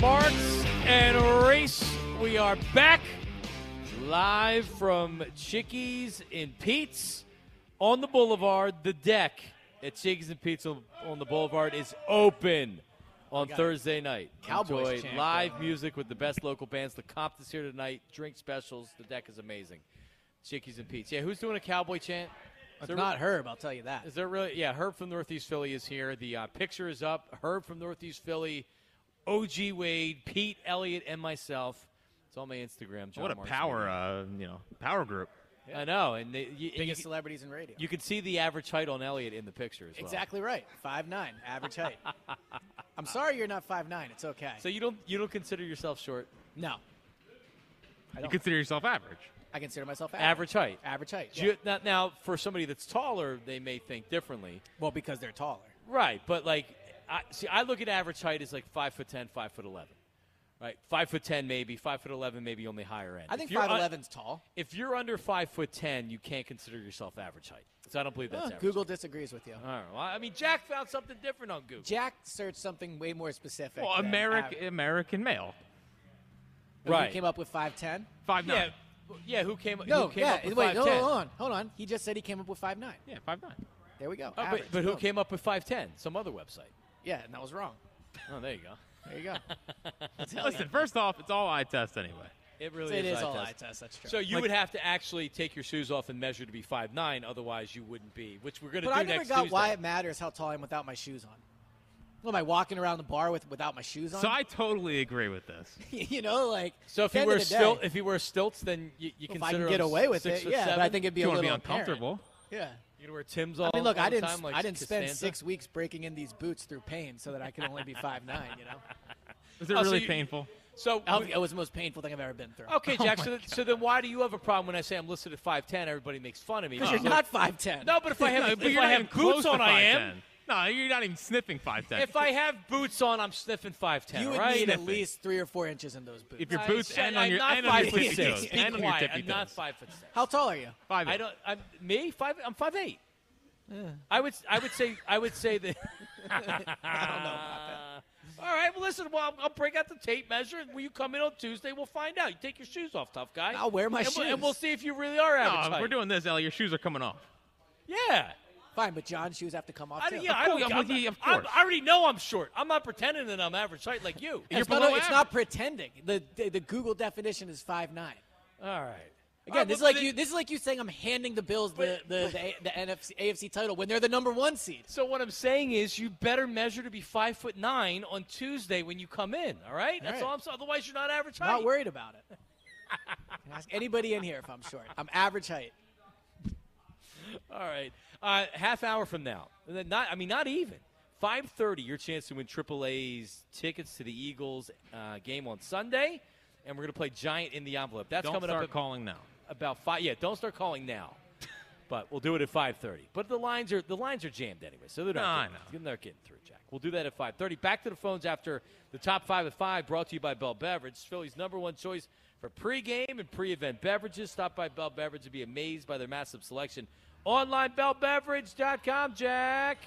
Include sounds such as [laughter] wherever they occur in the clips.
Marks and Race. We are back live from Chickies and Pete's on the Boulevard. The deck at Chickies and Pete's on on the Boulevard is open on Thursday night. Cowboys Enjoy chant live going music with the best local bands. The comp is here tonight. Drink specials. The deck is amazing. Chickies and Pete's. Yeah, who's doing a cowboy chant? Is It's there- Uh, not Herb, I'll tell you that. Is there really? Yeah, Herb from Northeast Philly is here. The uh, picture is up. Herb from Northeast Philly, OG Wade, Pete Elliott, and myself. It's on my Instagram. John What a Marks power, Media. uh, you know, power group. I know, and they, you, uh, Biggest you, celebrities in radio. you can see the average height on Elliott in the picture as well. exactly right. Five nine, [laughs] average height. I'm sorry you're not five nine. It's okay. So you don't you don't consider yourself short? no, I You don't. consider yourself average. I consider myself Average average. height. Average height. Do yeah. you- not- now, for somebody that's taller, they may think differently. well, because they're taller. Right, but like, I, see, I look at average height as like five foot ten, five foot eleven. Right, five foot ten maybe, five foot eleven maybe on the higher end. I If think you're un- five eleven's tall. If you're under five foot ten, you can't consider yourself average height. So I don't believe that's Huh, average. Uh-huh. Google disagrees with you. All right. Well, I mean, Jack found something different on Google. Jack searched something way more specific. Well, than American average. American male, right. He came up with five ten. five yeah. nine. Yeah. Who came? who No, came yeah. Up with Oh, wait, hold 5'10"? on, hold on. He just said he came up with five nine. Yeah, five nine. There we go. Oh, but, Average. but who Boom. came up with five ten? Some other website. Yeah, and that was wrong. Oh, there you go. [laughs] There you go. Listen, first off, it's all eye test anyway. It really it is. is eye all test. eye test. That's true. So you would have to actually take your shoes off and measure to be five nine. Otherwise, you wouldn't be. Which we're going to But do I never next got Tuesday. why it matters how tall I am without my shoes on. What am I walking around the bar with without my shoes on? So I totally agree with this. [laughs] you know, like So if at the you end were of the stilt, day, if you wear stilts, then you, you if I consider can get them away with six it, or yeah. seven. But I think it'd be you a want little to be apparent. uncomfortable? [laughs] Yeah. you wear Tim's all. I mean, look, I all the didn't. time, like I didn't spend Costanza. six weeks breaking in these boots through pain so that I could only [laughs] be five nine. You know, Is it Oh, so really you- painful? So I don't think it was the most painful thing I've ever been through. [laughs] Oh Okay, Jack. so, th- so then, why do you have a problem when I say I'm listed at five ten? Everybody makes fun of me. because you're not five ten. Oh. No, but if I have, No, if [laughs] but you're I not have even close boots to on, I am. 5'10". No, you're not even sniffing five ten. If I have boots on, I'm sniffing five ten. you would right? need at Sniffing. least three or four inches in those boots. if your I- boots shut- and on I'm your not and five on your foot tippy six. toes, Be and on your quiet. tippy I'm not toes. five foot six. how tall are you? Five. I don't. I'm me five. I'm five eight. I would. I would say. I would say [laughs] that. All right. Well, listen. Well, I'll, I'll break out the tape measure, and when you come in on Tuesday, we'll find out. You take your shoes off, tough guy. I'll wear my and We'll, and shoes. we'll see if you really are average. No, height. we're doing this, Ellie. Your shoes are coming off. Yeah. Fine, but John's shoes have to come off I, too. yeah, I don't. course, I'm with not- you, of I'm- course. I already know I'm short. I'm not pretending that I'm average height like you. You're it's, not, below it's not pretending. The, the the Google definition is five nine. All right. Again, this is like you. This is like you saying I'm handing the Bills the the, the, A- the NFC AFC title when they're the number one seed. So what I'm saying is, you better measure to be five foot nine on Tuesday when you come in. All right. That's right. all I'm saying. Otherwise, you're not average height. Not worried about it. Can I Ask anybody in here if I'm short. I'm average height. All right. Uh, half hour from now. And then Not. I mean, not even. 5:30. Your chance to win AAA's tickets to the Eagles uh, game on Sunday, and we're gonna play Giant in the Envelope. That's Don't coming up. start at- calling now. about five. Yeah, don't start calling now. but we'll do it at five thirty. But the lines are the lines are jammed anyway, so they're not. No, I getting, they're not getting through, Jack. We'll do that at five thirty. Back to the phones after the top five at five. Brought to you by Bell Beverage, Philly's number one choice for pregame and pre-event beverages. Stop by Bell Beverage and be amazed by their massive selection. Online BellBeverage.com, Jack.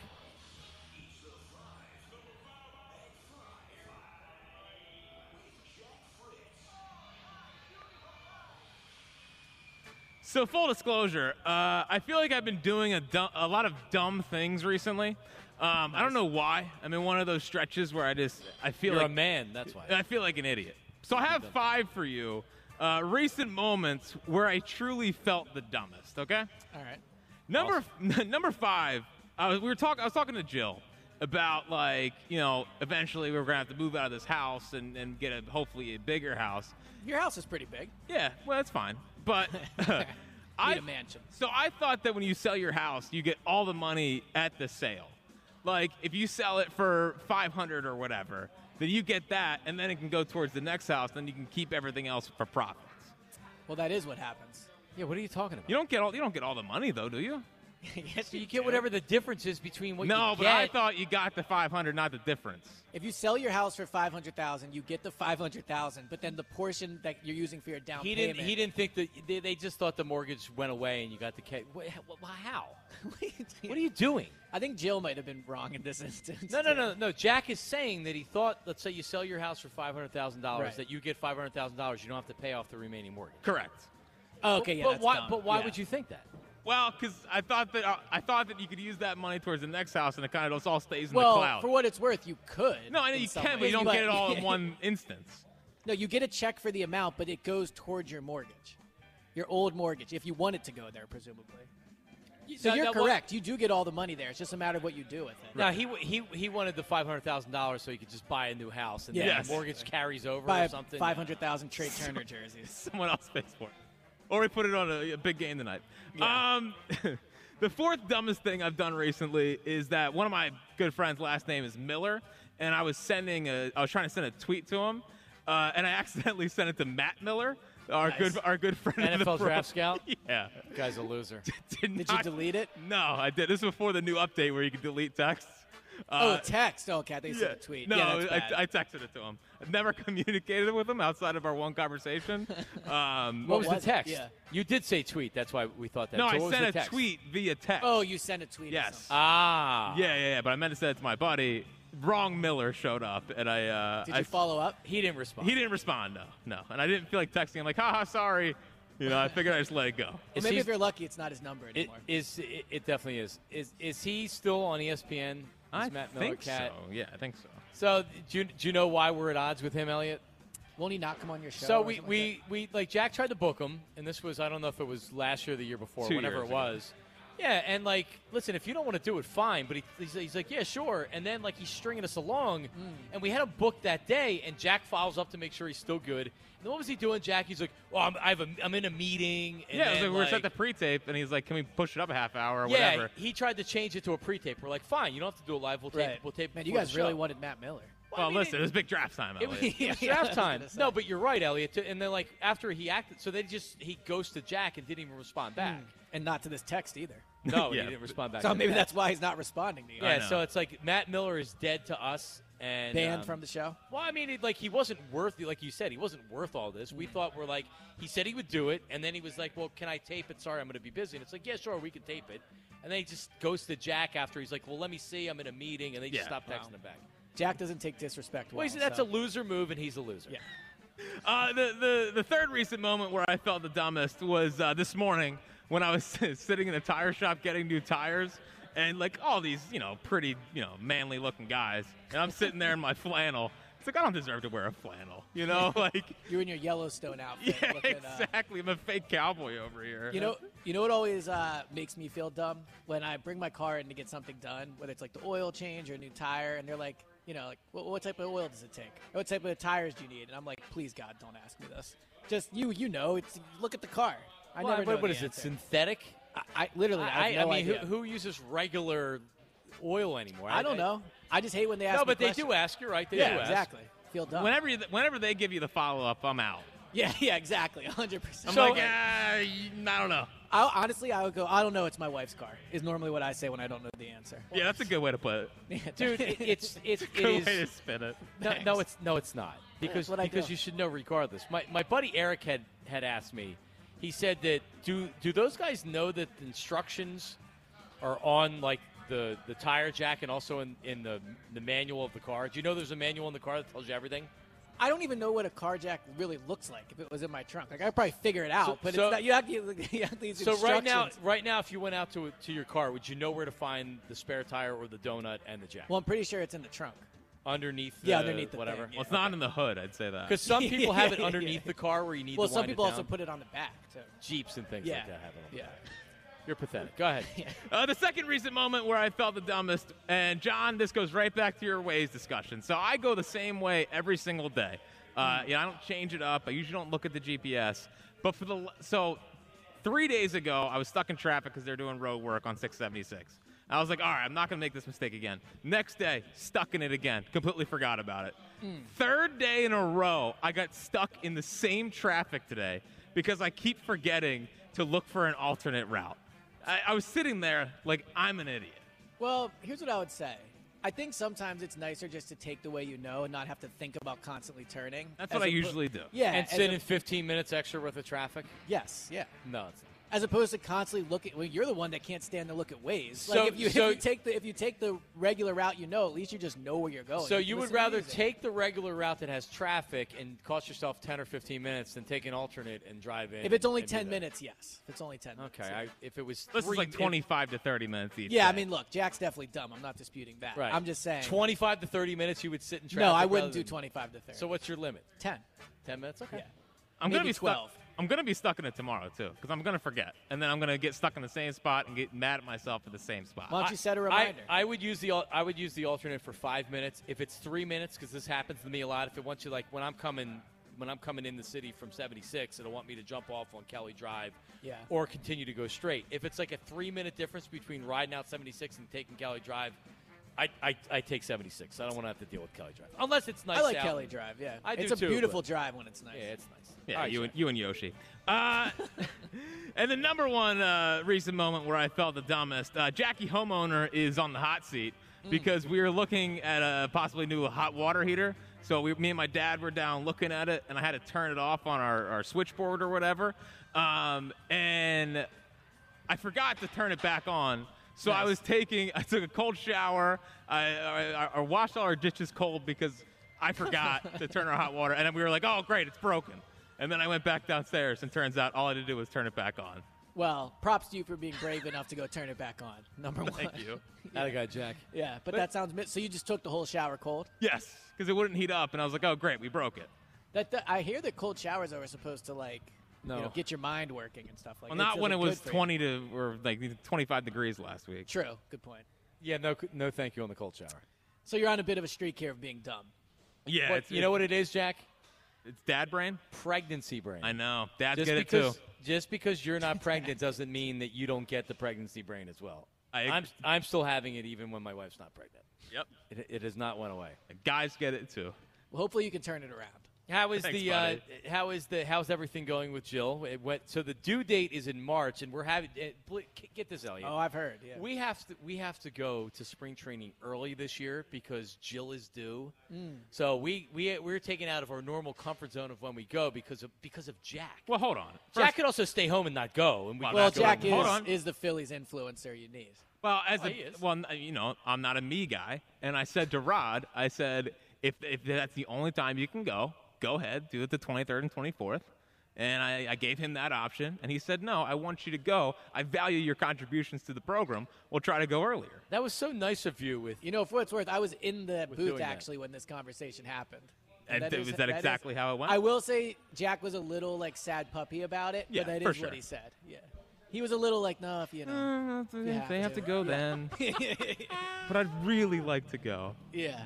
So full disclosure, uh, I feel like I've been doing a, du- a lot of dumb things recently. Um, I don't know why. I'm in one of those stretches where I just I feel You're a like man, that's why. I feel like an idiot. So I have five for you. Uh, recent moments where I truly felt the dumbest. Okay. All right. Number [laughs] number five. I was, we were talking. I was talking to Jill about like you know eventually we were gonna have to move out of this house and, and get a hopefully a bigger house. Your house is pretty big. Yeah, well that's fine. [laughs] But [laughs] I Need a mansion. So I thought that when you sell your house, you get all the money at the sale. Like if you sell it for 500 or whatever, then you get that, and then it can go towards the next house. Then you can keep everything else for profits. Well, that is what happens. Yeah, what are you talking about? You don't get all you don't get all the money though, do you? yes, You get whatever the difference is between what no, you but I get. thought you got the 500, not the difference. If you sell your house for five hundred thousand, you get the five hundred thousand, but then the portion that you're using for your down he payment. didn't. He didn't think that they, they just thought the mortgage went away and you got the cash. [laughs] How? didn't. What are you doing? I think Jill might have been wrong in this [laughs] instance. No, no, no, no. Jack is saying that he thought, let's say you sell your house for five hundred thousand dollars, Right. that you get five hundred thousand dollars. You don't have to pay off the remaining mortgage. Correct. Okay, yeah, but that's why? dumb. But why Yeah. would you think that? Well, because I thought that uh, I thought that you could use that money towards the next house, and it kind of just all stays in the Well, cloud. for what it's worth, you could. no, I know in you some can, but you ways, don't get it all [laughs] in one instance. No, you get a check for the amount, but it goes towards your mortgage, your old mortgage, if you want it to go there, presumably. So Now, you're now, what- correct. You do get all the money there. It's just a matter of what you do with it. No, he w- he he wanted the five hundred thousand dollars so he could just buy a new house, and then Yes. the mortgage carries over Buy or a something. [laughs] 500,000 Trey Turner jerseys. [laughs] someone else pays for it. Or we put it on a, a big game tonight. Um, [laughs] the fourth dumbest thing I've done recently is that one of my good friends' last name is Miller, and I was sending a, I was trying to send a tweet to him, uh, and I [laughs] accidentally sent it to Matt Miller, our good, our good [laughs] friend. of the NFL pro- draft [laughs] scout? [laughs] Yeah. Guy's a loser. Did, you delete it? No, I did. This is before the new update where you can [laughs] delete text. uh, oh, text. Oh, okay. I think you Yeah. said a tweet. No, yeah, that's bad. I, I texted it to him. I've never [laughs] communicated with him outside of our one conversation. [laughs] Um, What was was the it? text? Yeah. You did say tweet. That's why we thought that. So No, I what was sent the a text? tweet via text. oh, you sent a tweet. or yes. something. Ah. yeah, yeah, yeah. But I meant to send it to my buddy. Wrong Miller showed up, and I. Uh, Did I- you follow up? He didn't respond. He didn't respond. No, no. And I didn't feel like texting. I'm like, haha, sorry. You know, I figured I just let it go. Or Is maybe he- if you're lucky, it's not his number It anymore. is. It, it definitely is. Is is he still on E ESPN? Is I Matt Miller think cat. so. Yeah, I think so. So, do you, do you know why we're at odds with him, Elliot? Won't he not come on your show? So or we something we, like we like Jack tried to book him, and this was I don't know if it was last year, or the year before, Two whenever years it ago. was. Yeah, and like, listen, if you don't want to do it, fine. But he, he's, he's like, yeah, sure. And then like he's stringing us along, and we had him booked that day, and Jack follows up to make sure he's still good. And then what was he doing, Jack? He's like, well, I'm I have a, I'm in a meeting. And yeah, it was then, like, we were set like- the pre-tape, and he's like, "Can we push it up a half hour or yeah, whatever?" he tried to change it to a pre-tape. We're like, fine, you don't have to do it live. We'll that? tape. Right. We'll tape. Man, you before guys the really show. wanted Matt Miller. Well, I mean, listen, it- it, was big draft time. It was, Elliot. [laughs] it was Yeah, I draft was time. gonna say. No, but you're right, Elliot. too. And then like after he acted, so they just he ghosted Jack and didn't even respond back. And not to this [laughs] text either. No, [laughs] Yeah. he didn't respond back. Hmm. So to maybe that. that's why he's not responding to you. I yeah. know. So it's like Matt Miller is dead to us and Banned um, from the show. Well, I mean, it, like he wasn't worth, like you said, he wasn't worth all this. Hmm. We thought we're like, he said he would do it, and then he was like, "Well, can I tape it? Sorry, I'm going to be busy." And it's like, "Yeah, sure, we can tape it." And then he just goes to Jack after he's like, "Well, let me see, I'm in a meeting," and they just Yeah. stop texting Wow. him back. Jack doesn't take disrespect well. Well, he said that's so- a loser move, and he's a loser. Yeah. Uh, the, the, the third recent moment where I felt the dumbest was uh, this morning when I was [laughs] sitting in a tire shop getting new tires and like all these, you know, pretty, you know, manly looking guys. And I'm sitting there in my [laughs] flannel. It's like, I don't deserve to wear a flannel, you know? Like, You in your [laughs] Yellowstone outfit. yeah, looking, uh, exactly. I'm a fake cowboy over here. You know, you know what always uh, makes me feel dumb when I bring my car in to get something done, whether it's like the oil change or a new tire, and they're like, you know, like what, what type of oil does it take? What type of tires do you need? And I'm like, please God, don't ask me this. Just you, you know, it's look at the car. I Well, never what- know what the is it? answer. Synthetic? I, I literally, I, have no mean, who, idea. who uses regular oil anymore? I don't know. I just hate when they ask. No, me but they questions. do ask. You're right. They yeah, do ask. exactly. Feel dumb. whenever, you, whenever they give you the follow up, I'm out. [laughs] yeah, yeah, exactly. 100. I'm percent like, uh, I don't know. I, honestly, I would go. I don't know. It's my wife's car. Is normally what I say when I don't know the answer. Yeah, that's [laughs] a good way to put it. [laughs] dude. It, it's it's it Good way to is. spin it. No, no, it's no, it's not because what I because do. you should know regardless. My my buddy Eric had had asked me. He said that do do those guys know that the instructions are on like the the tire jack and also in in the the manual of the car? Do you know there's a manual in the car that tells you everything? I don't even know what a car jack really looks like if it was in my trunk. Like I probably figure it out, So- but so- it's not, you have, to, [laughs] you have these So right now, instructions. right now, if you went out to to your car, would you know where to find the spare tire or the donut and the jack Well, I'm pretty sure it's in the trunk. underneath? The, Yeah, underneath the whatever. thing, yeah. Well, it's not in the hood, I'd say that. Because some people have it [laughs] Yeah, yeah, underneath yeah. the car where you need. well, to some wind it people also down. put it on the back too. jeeps and things Yeah. like that have it. on the Yeah. back. You're [laughs] pathetic. Go ahead. Uh, the second recent moment where I felt the dumbest, and John, this goes right back to your ways discussion. So I go the same way every single day. Uh, yeah, I don't change it up. I usually don't look at the GPS. But for the l- so three days ago, I was stuck in traffic because they're doing road work on 676. I was like, all right, I'm not going to make this mistake again. Next day, stuck in it again. Completely forgot about it. Hmm. Third day in a row, I got stuck in the same traffic today because I keep forgetting to look for an alternate route. I, I was sitting there like I'm an idiot. Well, here's what I would say. I think sometimes it's nicer just to take the way you know and not have to think about constantly turning. That's As what I oppo- usually do. Yeah. and as sit op- in 15 minutes extra worth of traffic. yes. Yeah. No, it's not. As opposed to constantly looking. Well, you're the one that can't stand to look at ways. So- Like if you, so- if you take the if you take the regular route, you know at least you just know where you're going. So can you would listen to rather music. take the regular route that has traffic and cost yourself 10 or 15 minutes than take an alternate and drive in. If it's only and do ten that. minutes, yes. If it's only ten. minutes, Okay, yeah. I, if it was This three, is like if- 25 to 30 minutes each. yeah, I day. mean, look, Jack's definitely dumb. I'm not disputing that. right. I'm just saying. 25 to 30 minutes you would sit in traffic. No, I rather wouldn't do than- 25 to 30. So what's your limit? 10? 10 minutes? Okay. Yeah. I'm gonna maybe be 12. Stuck, I'm gonna be stuck in it tomorrow too, because I'm gonna forget, and then I'm gonna get stuck in the same spot and get mad at myself for the same spot. Why don't I- you set a I, reminder? I would use the al- I would use the alternate for five minutes. If it's three minutes, because this happens to me a lot. If it wants you like when I'm coming when I'm coming in the city from 76, it'll want me to jump off on Kelly Drive, Yeah. or continue to go straight. If it's like a three minute difference between riding out 76 and taking Kelly Drive, I I, I take 76. I don't want to have to deal with Kelly Drive unless it's nice. I like out. Kelly Drive, yeah. I do it's a too, beautiful but- drive when it's nice. Yeah, it's nice. Yeah, All right, you Shaq. and you and Yoshi. Uh, [laughs] and the number one uh, recent moment where I felt the dumbest, uh, Jackie homeowner is on the hot seat because we were looking at a possibly new hot water heater. So we, me and my dad were down looking at it, and I had to turn it off on our, our switchboard or whatever. Um, and I forgot to turn it back on. So I was taking, I took a cold shower. I, I, I washed all our dishes cold because I forgot to turn our hot water. And then we were like, oh, great, it's broken. And then I went back downstairs, and turns out all I had to do was turn it back on. Well, props to you for being brave enough to go turn it back on. [laughs] Number one. Thank [laughs] you. Atta guy Jack. Yeah, but, that sounds. mi- So you just took the whole shower cold. yes, because it wouldn't heat up. And I was like, oh, great, we broke it. That, that- I hear that cold showers are supposed to like, No. you know, get your mind working and stuff like. Well, that. not So when it they're was good for you. 20 to, or like 25 degrees last week. True. Good point. Yeah, no no thank you on the cold shower. So you're on a bit of a streak here of being dumb. Yeah, What- it's, you know what it is, Jack? It's dad brain? Pregnancy brain. I know. Dads just get it too. because just because you're not pregnant doesn't mean that you don't get the pregnancy brain as well. I ag- am I'm still having it even when my wife's not pregnant. Yep. It, it has not went away. Guys get it too. Well, hopefully you can turn it around. How is Thanks, the uh, buddy. how is the how's everything going with Jill? It went so the due date is in March, and we're having eh, pl- get this, Elliot. Oh, I've heard. Yeah. We have to we have to go to spring training early this year because Jill is due. Mm. So we we we're taken out of our normal comfort zone of when we go because of because of Jack. Well, hold on. Jack could also stay home and not go, and we Well, could well, not go Jack to the Hold is, on. is the Phillies influencer you need. Well, as Well, he a is. well, n- you know, I'm not a me guy, and I said to Rod, I said, if if that's the only time you can go, go ahead, do it the 23rd and 24th. And I, I gave him that option, and he said, no, I want you to go. I value your contributions to the program. We'll try to go earlier. That was so nice of you. With You know, for what it's worth, I was in the doing booth that. actually when this conversation happened. And th- was that exactly how it went? I will say Jack was a little like sad puppy about it, Yeah, but that is for sure. Mm. what he said. Yeah, he was a little like, no, if you know, they have have to to. go then, [laughs] but I'd really like to go. yeah.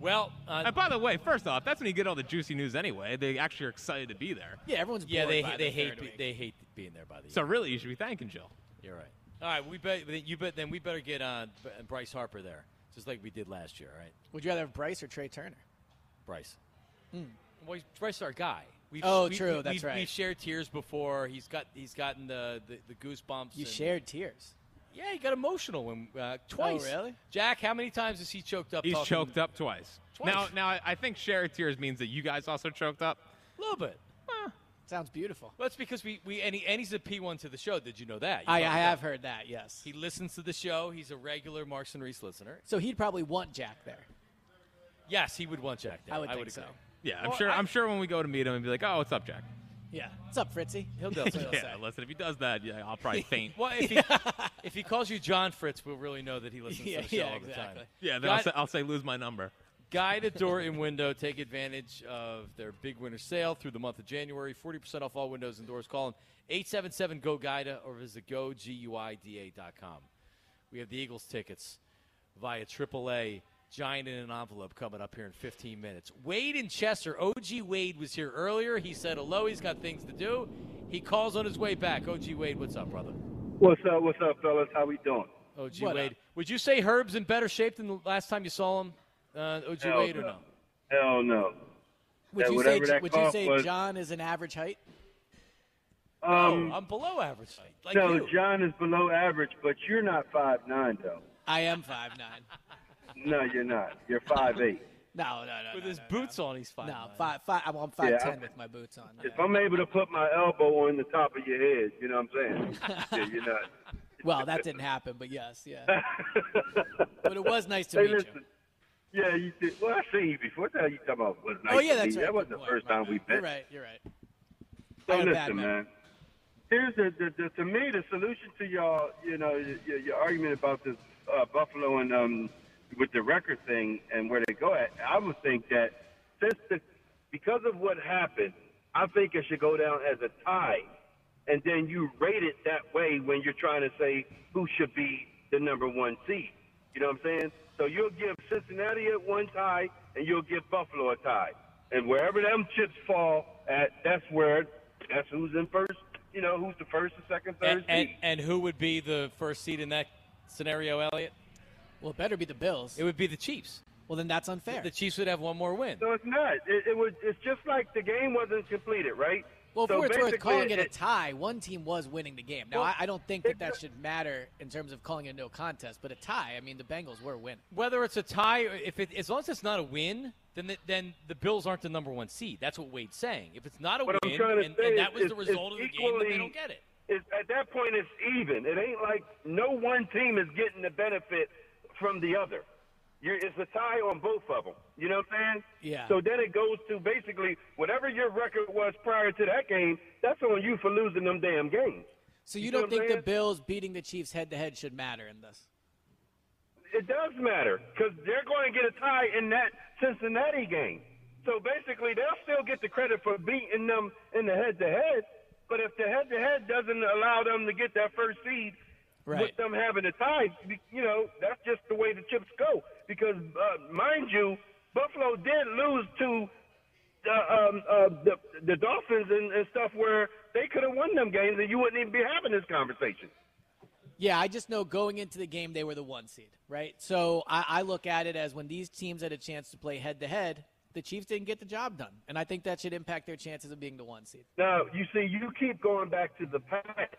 well, uh, And by the way, first off, that's when you get all the juicy news anyway. They actually are excited to be there. Yeah, everyone's yeah, bored they by they the hate third be- week. they hate being there by the. So really, you should be thanking Jill. You're right. All right, we bet then you bet then we better get uh, B- Bryce Harper there, just like we did last year. All right, Would you rather have Bryce or Trey Turner? Bryce. Hmm. Well, he's- Bryce is our guy. We've, Oh, we- true, we- that's we've, right. We've shared tears before. He's got he's gotten the the, the goosebumps. You and- shared tears. Yeah, he got emotional when uh, twice. Oh, really? Jack, how many times has he choked up? He's talking- choked up twice. Twice. Now, now I- I think share tears means that you guys also choked up. a little bit. Sounds beautiful. Well, that's because we, we and, he, and he's a P one to the show. Did you know that? You I, I probably have know. heard that. Yes. He listens to the show. He's a regular Marks and Reese listener. so he'd probably want Jack there. Yes, he would want Jack. There. I would I think would agree. so. Yeah, I'm Well, sure. I- I, am sure when we go to meet him and be like, "Oh, what's up, Jack?" Yeah. What's up, Fritzy? He'll [laughs] go. [laughs] yeah, listen. If he does that, yeah, [laughs] I'll probably faint. Well, if he, if he calls you John Fritz, we'll really know that he listens [laughs] Yeah, to the show yeah, all the exactly. time. [laughs] yeah, then I'll Got- say, I'll say, "Lose my number." Guide at Door and Window. Take advantage of their big winter sale through the month of January. 40% off all windows and doors. Call them 877-GO-GUIDA or visit goguida.com. We have the Eagles tickets via AAA Giant in an envelope coming up here in 15 minutes. Wade and Chester, OG Wade was here earlier. He said hello. He's got things to do. He calls on his way back. OG Wade, what's up, brother? What's up? What's up, fellas? How we doing? OG What Wade. up? Would you say Herb's in better shape than the last time you saw him, uh, OG Hell Wade, or no. no? Hell no. Would you Yeah, say whatever that would you cough say was. John is an average height? Um, oh, I'm below average. Oh, Like no, you. John is below average, but you're not five nine though. I am five nine. No, you're not. You're five eight. [laughs] No, no, no. With no, his [laughs] no, boots on, he's fine. No, five, five. I'm on five ten I'm- with my boots [laughs] on. If I'm able to put my elbow on the top of your head, you know what [laughs] I'm saying? yeah, you're not. Well, [laughs] that didn't happen, but yes, yeah. but it was nice to Hey, meet listen. you. Yeah, you did. Well, I seen you before. What the hell you talking about? Was nice Oh yeah, to that's meet you. right. That wasn't Good the point. first time we You're met. right. You're right. So I had a bad Oh, listen, memory. man. Here's the, the, the to me the solution to y'all, you know, your, your argument about this uh, Buffalo and um, with the record thing and where they go at. I would think that since the because of what happened, I think it should go down as a tie, and then you rate it that way when you're trying to say who should be the number one seed. You know what I'm saying? So you'll give Cincinnati at one tie, and you'll give Buffalo a tie, and wherever them chips fall at, that's where that's who's in first. You know who's the first, the second, And, third and, seed. and who would be the first seed in that scenario, Elliot? Well, it better be the Bills. It would be the Chiefs. well, then that's unfair. The Chiefs would have one more win. No, it's not. It, it was. It's just like the game wasn't completed, right? well, So for it's worth basically, calling it a tie, one team was winning the game. Now, I, I don't think that that should matter in terms of calling it a no contest, but a tie. I mean, the Bengals were winning. Whether it's a tie, or if it, as long as it's not a win, then the, then the Bills aren't the number one seed. That's what Wade's saying. If it's not a What I'm win, trying to and, say and is that was the it's- result of it's the game, then they equally- don't get it. It's, at that point, it's even. It ain't like no one team is getting the benefit from the other. You're, it's a tie on both of them. You know what I'm saying? Yeah. So then it goes to basically whatever your record was prior to that game. That's on you for losing them damn games. So you, You see don't what I'm think the saying? Bills beating the Chiefs head to head should matter in this? It does matter because they're going to get a tie in that Cincinnati game. So basically, they'll still get the credit for beating them in the head-to-head. But if the head-to-head doesn't allow them to get that first seed, Right. with them having a tie, you know, that's just the way the chips go. Because uh, mind you, Buffalo did lose to the um, uh, the, the Dolphins and, and stuff where they could have won them games, and you wouldn't even be having this conversation. Yeah, I just know going into the game they were the one seed, right? So I, I look at it as when these teams had a chance to play head to head, the Chiefs didn't get the job done, and I think that should impact their chances of being the one seed. Now you see, you keep going back to the past.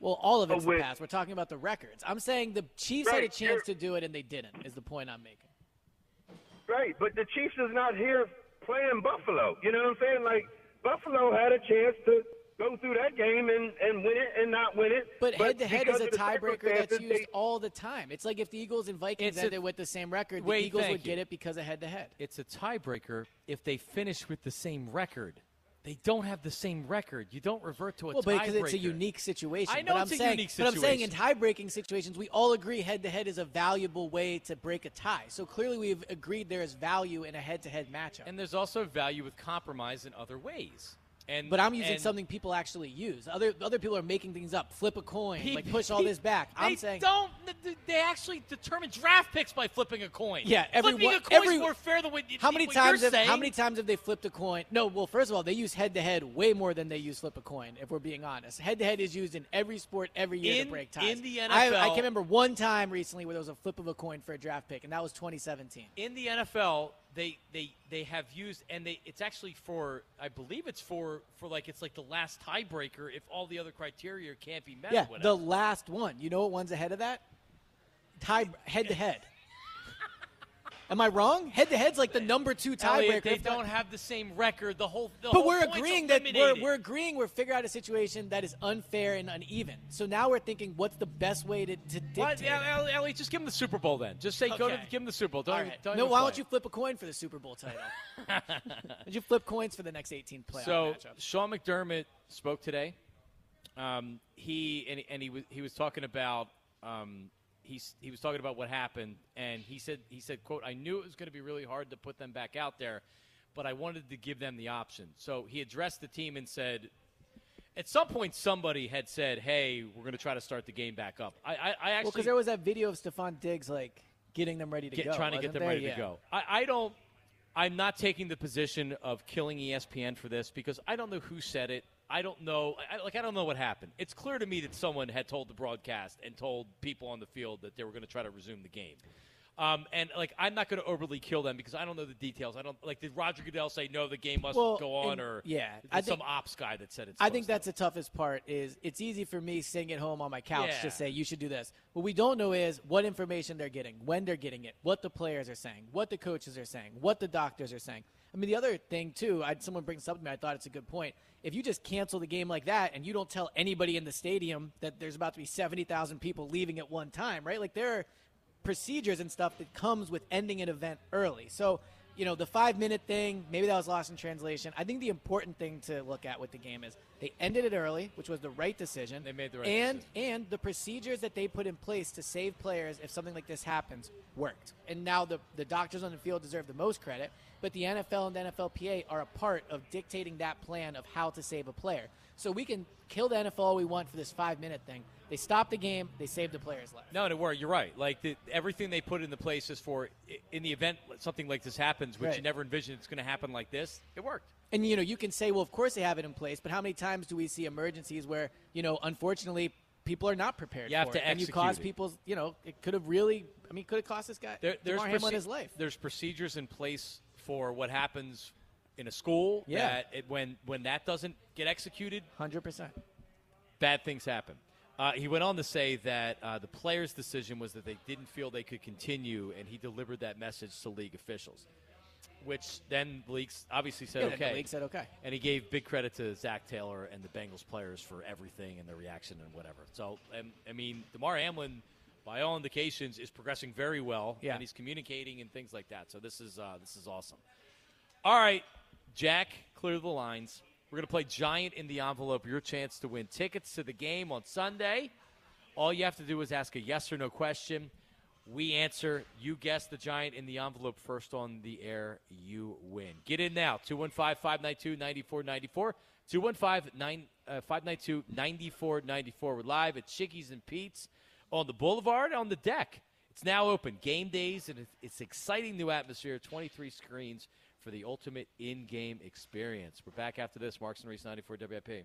Well, all of it's Oh, wait. the past. We're talking about the records. I'm saying the Chiefs had a Right, chance to you're- do it and they didn't. Is the point I'm making? Right, but the Chiefs is not here playing Buffalo. You know what I'm saying? Like Buffalo had a chance to go through that game and, and win it and not win it. But head to head is because a of the tiebreaker that's circumstances, used they- all the time. It's like if the Eagles and Vikings It's a- ended with the same record, the Wait, Eagles thank would get you. it because of head to head. It's a tiebreaker if they finish with the same record. They don't have the same record. You don't revert to a Well, tiebreaker. but because it's a unique situation. I know but it's I'm a saying, unique But I'm saying in situation. tie-breaking situations, we all agree head-to-head is a valuable way to break a tie. So clearly, we've agreed there is value in a head-to-head matchup. And there's also value with compromise in other ways. And but I'm using and something people actually use. Other other people are making things up. Flip a coin, pe- [laughs] like push all this back. They I'm saying don't. th- They actually determine draft picks by flipping a coin. Yeah, every flipping one- a coin every- is more fair than what, How many what times? you're Have, how saying. many times have they flipped a coin? No. Well, first of all, they use head-to-head way more than they use flip a coin. If we're being honest, head-to-head is used in every sport every year In- to break ties. in the I, I NFL can remember one time recently where there was a flip of a coin for a draft pick, and that was 2017. in the NFL they they they have used and they it's actually for I believe it's for for like it's like the last tiebreaker if all the other criteria can't be met. Yeah, the whatever. [laughs] last one. You know what one's ahead of that? Tie head to head. Am I wrong? Head to head's like the number two tiebreaker. Elliot, they if not- don't have the same record. The whole. The But whole we're point's agreeing that we're, eliminated. we're agreeing we're figuring out a situation that is unfair and uneven. So now we're thinking, what's the best way to, to dictate? Why, it? Ellie, Ellie, just give him the Super Bowl then. Just say go to Okay. give him the Super Bowl. Don't, All even- right. don't no, even why play don't it. you flip a coin for the Super [laughs] Bowl title? Would you flip coins for the next 18 playoff So matchups? Sean McDermott spoke today. Um, he and, and he was he was talking about um, he's he was talking about what happened, and he said he said quote I knew it was going to be really hard to put them back out there, but I wanted to give them the option. So he addressed the team and said. At some point, somebody had said, "Hey, we're going to try to start the game back up." I, I, I Well, actually because there was that video of Stephon Diggs like getting them ready to get, go, trying to get wasn't them there? ready Yeah. to go. I, I don't. I'm not taking the position of killing E ESPN for this because I don't know who said it. I don't know. I, I- like I don't know what happened. It's clear to me that someone had told the broadcast and told people on the field that they were going to try to resume the game. Um, and like I'm not going to overly kill them because I don't know the details. I don't like did Roger Goodell say no the game must Well, go on and- or yeah, is I it some think- ops guy that said it's. I think supposed to? that's the toughest part. Is it's easy for me sitting at home on my couch Yeah. to say you should do this. What we don't know is what information they're getting, when they're getting it, what the players are saying, what the coaches are saying, what the doctors are saying. I mean, the other thing too, I, someone brings up to me. I thought it's a good point. If you just cancel the game like that and you don't tell anybody in the stadium that there's about to be seventy thousand people leaving at one time, right? Like there are procedures and stuff that comes with ending an event early. So, you know, the five minute thing, maybe that was lost in translation. I think the important thing to look at with the game is they ended it early, which was the right decision. They made the right and, decision. And the procedures that they put in place to save players if something like this happens worked. And now the, the doctors on the field deserve the most credit, but the NFL and NFLPA are a part of dictating that plan of how to save a player. So we can kill the NFL all we want for this five minute thing. They stopped the game, they saved the player's life. No, no, worry. You're right. Like the, everything they put into place is for i- in the event something like this happens, which you Right. never envisioned it's going to happen like this. It worked. And you know, you can say, well, of course they have it in place, but how many times do we see emergencies where you know, unfortunately, people are not prepared? You have for to it, and you execute cause it. people's. You know, it could have really. I mean, could have cost this guy There, there's Damar Hamlin proce- his life. There's procedures in place for what happens in a school. Yeah. That it, when when that doesn't get executed, Hundred percent. bad things happen. Uh, he went on to say that uh, the players' decision was that they didn't feel they could continue, and he delivered that message to league officials, which then the leagues obviously said Yeah, then the okay. league said okay. and he gave big credit to Zach Taylor and the Bengals players for everything and their reaction and whatever. So, um, I mean, Damar Hamlin, by all indications, is progressing very well, Yeah. and he's communicating and things like that. So this is uh, this is awesome. All right, Jack, clear the lines. We're going to play Giant in the Envelope, your chance to win tickets to the game on Sunday. All you have to do is ask a yes or no question. We answer. You guess the Giant in the Envelope first on the air. You win. Get in now. 215 592 9494. 215 592 9494. We're live at Chickies and Pete's on the Boulevard on the deck. It's now open. Game days, and it's- it's exciting new atmosphere. 23 screens for the ultimate in-game experience. We're back after this. Marks and Reese, 94 WIP.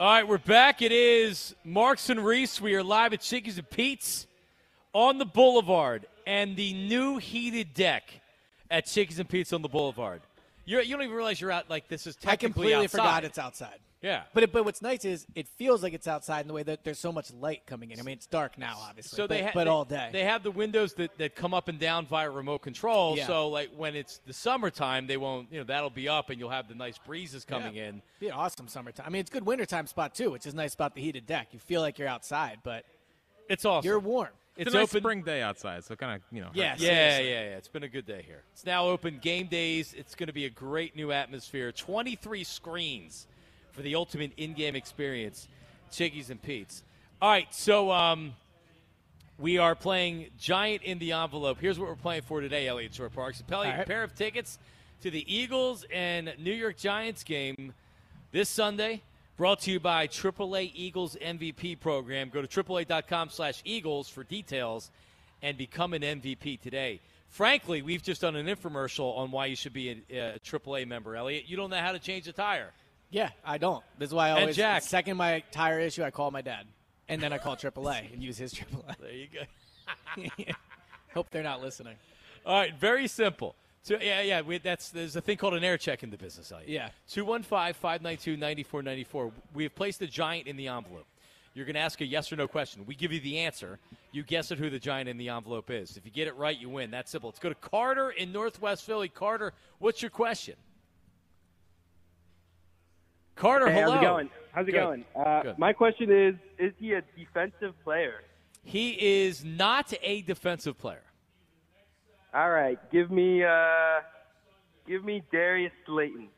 All right, we're back. It is Marks and Reese. We are live at Chickies and Pete's on the Boulevard and the new heated deck at Chickies and Pete's on the Boulevard. You're, you don't even realize you're out like this is I technically completely outside. forgot it's outside. yeah. But it, but what's nice is it feels like it's outside in the way that there's so much light coming in. I mean, it's dark now, obviously. So but, they ha- but they- all day. They have the windows that, that come up and down via remote control. Yeah. So like when it's the summertime, they won't. You know that'll be up, and you'll have the nice breezes coming in. be an awesome summertime. I mean, it's a good wintertime spot too, which is nice about the heated deck. You feel like you're outside, but It's awesome. you're warm. it's a nice open. spring day outside, so kind of you know. hurts. Yes. Yeah, yeah, yeah. It's been a good day here. It's now open game days. It's going to be a great new atmosphere. 23 screens for the ultimate in-game experience. Chiggies and Pete's. All right, so um, we are playing Giant in the Envelope. Here's what we're playing for today, Elliot Shore Parks. A All right. pair of tickets to the Eagles and New York Giants game this Sunday. Brought to you by AAA Eagles MVP program. Go to AAA.com slash Eagles for details and become an MVP today. Frankly, we've just done an infomercial on why you should be a, a AAA member, Elliot. You don't know how to change a tire. Yeah, I don't. This is why I always Jack. the second my tire issue, I call my dad, and then I call AAA and use his AAA. [laughs] There you go. [laughs] Hope they're not listening. All right, very simple. So, yeah, yeah, we, that's there's a thing called an air check in the business. Elliot. Yeah. 215-592-9494. We have placed a giant in the envelope. You're going to ask a yes or no question. We give you the answer. You guess at who the giant in the envelope is. If you get it right, you win. That's simple. Let's go to Carter in Northwest Philly. Carter, what's your question? Carter, Hey, hello. how's it going? How's it Good. going? Uh, Good. My question is: Is he a defensive player? He is not a defensive player. All right, give me, uh, give me Darius Slayton.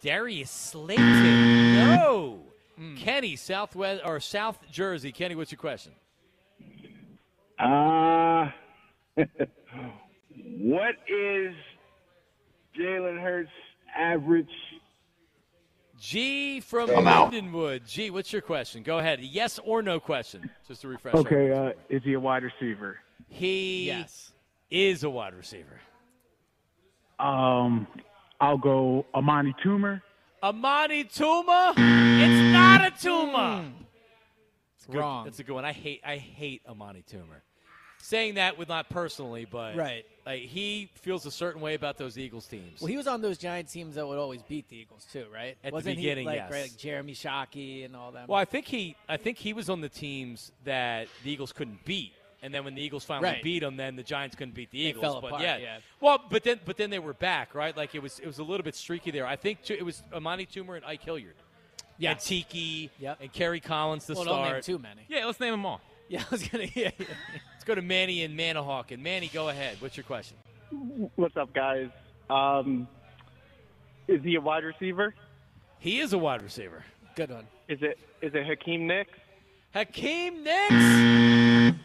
Darius Slayton. No. Hmm. Kenny, Southwest or South Jersey. Kenny, what's your question? Uh, what is Jalen Hurts' average? G from Lindenwood. G, what's your question? Go ahead. Yes or no question. Just to refresh. Okay, our- uh, is he a wide receiver? he Yes. is a wide receiver. Um, I'll go Amani Toomer. Amani Tuma. It's not a Tuma. It's good- Hmm. Wrong. That's a good one. I hate. I hate Amani Toomer. Saying that with not personally, but Right. like he feels a certain way about those Eagles teams. Well, he was on those giant teams that would always beat the Eagles too, right? At the Wasn't beginning, he like, yes. right, like Jeremy Shockey and all that. Well, I think he, I think he was on the teams that the Eagles couldn't beat, and then when the Eagles finally Right. beat them, then the Giants couldn't beat the Eagles. fell but apart, yeah. yeah. well, but then, but then they were back, right? Like it was, it was a little bit streaky there. I think too, it was Amani Toomer and Ike Hilliard, yeah, and Tiki, Yep. and Kerry Collins to well, don't name start. [laughs] too many. Yeah, let's name them all. Yeah, I was gonna. Yeah, yeah. Let's go to Manny and Manahawk. And Manny, go ahead. What's your question? What's up, guys? Um, is he a wide receiver? He is a wide receiver. [laughs] good one. Is it is it Hakeem Nicks? Hakeem Nicks.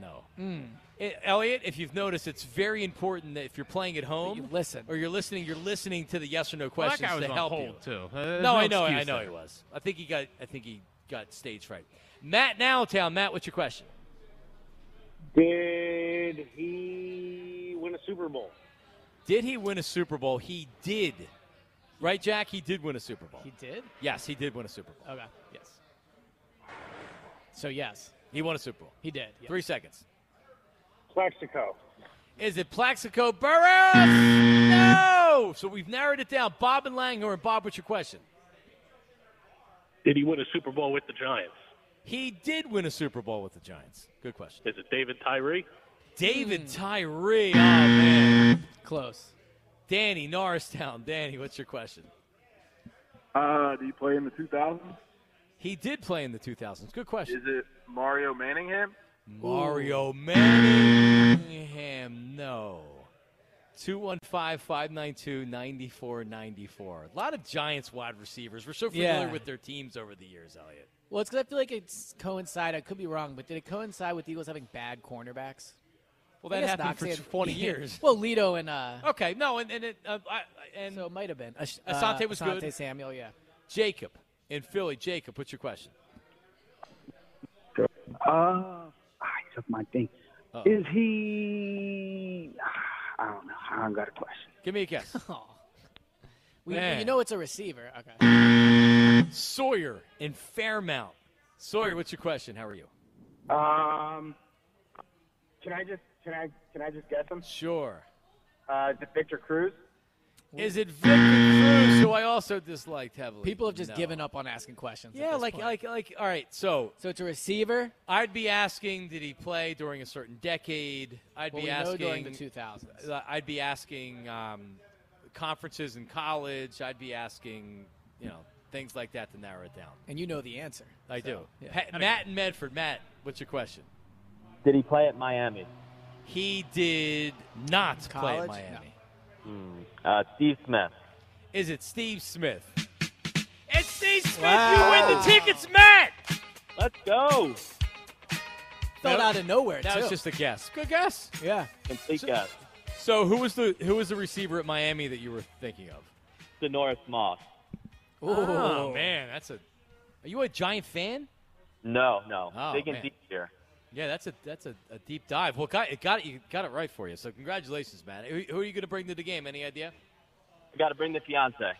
No. Hmm. Eh, Elliot, if you've noticed, it's very important that if you're playing at home, you listen. or you're listening, you're listening to the yes or no Well, that questions guy was to on help hold you. too. Uh, there's No, I know, I excuse know there. he was. I think he got, I think he got stage fright. Matt Nowtown, Matt, what's your question? Did he win a Super Bowl? Did he win a Super Bowl? He did. Right, Jack? He did win a Super Bowl. He did. yes, he did win a Super Bowl. Okay. Yes. So yes, He won a Super Bowl. he did. Yeah. Three seconds. Plexico. Is it Plaxico Burress? No! So we've narrowed it down. Bob and Langhorn. Bob, what's your question? Did he win a Super Bowl with the Giants? He did win a Super Bowl with the Giants. Good question. Is it David Tyree? David Tyree. Oh, man. Close. Danny, Norristown. Danny, what's your question? Uh, do you play in the 2000s? He did play in the 2000s. Good question. Is it Mario Manningham? Mario Manningham, no. 215-592-9494. A lot of Giants wide receivers. We're so familiar Yeah. with their teams over the years, Elliot. Well, it's because I feel like it's coincide. I could be wrong, but did it coincide with the Eagles having bad cornerbacks? Well, that I guess happened Knox for had- [laughs] 20 years. well, Lito and uh, Okay, no, and, and it uh, I, and so it might have been Ash- uh, Asante was good. Asante Samuel, yeah. Jacob in Philly. Jacob, what's your question? Uh, I took my thing. Uh-oh. Is he? I don't know. I don't got a question. Give me a [laughs] guess. We, Man. you know it's a receiver. Okay. [clears throat] Sawyer in Fairmount. Sawyer, what's your question? How are you? Um, can I just can I can I just guess him? Sure. Uh, is it Victor Cruz? Is it Victor Cruz, who I also disliked heavily? People have just No. given up on asking questions. at Yeah, this like point. like like. All right, so so it's a receiver. I'd be asking, did he play during a certain decade? I'd Well, be we know asking during the 2000s. uh, I'd be asking um, conferences in college. I'd be asking, you know, things like that to narrow it down. and you know the answer. I So, do. yeah. Pat- Matt in Medford. Matt, what's your question? Did he play at Miami? He did not play at College? Miami. Uh, Steve Smith. Is it Steve Smith? It's Steve Smith. Wow. You win the tickets, Matt. Let's go. Fell out of nowhere. That too. was just a guess. Good guess. Yeah. Complete guess. So who was the who was the receiver at Miami that you were thinking of? Denoris Moss. Oh man, that's a. Are you a Giant fan? No, no. Oh, Digging man. deep here. Yeah, that's a that's a, a deep dive. Well, got it got it you got it right for you. So congratulations, Matt. Who, who are you going to bring to the game? Any idea? We got to bring the fiance.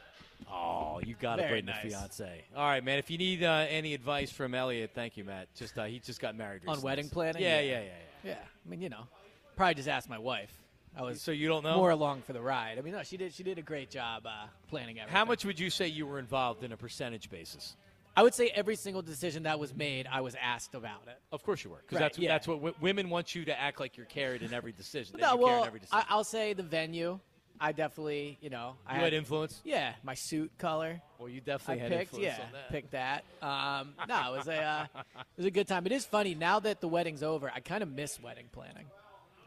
Oh, you got to Very bring the nice. fiance. All right, man. If you need uh, any advice from Elliot, thank you, Matt. Just uh, he just got married on recently. wedding planning. Yeah, yeah, yeah. yeah. I mean, you know, probably just asked my wife. I was so you don't know? more along for the ride. I mean, no, she did. She did a great job uh, planning yeah. everything. How much would you say you were involved in a percentage basis? I would say every single decision that was made, I was asked about it. Of course you were, because Right, that's yeah. that's what w- women want you to act like you're carried in every decision. that No, you carry well, in every decision. I, I'll say the venue. I definitely, you know, I You had influence? Yeah, my suit color. Well, you definitely I had picked, influence yeah, on that. picked that. Um, no, it was a uh, it was a good time. It is funny now that the wedding's over. I kind of miss wedding planning.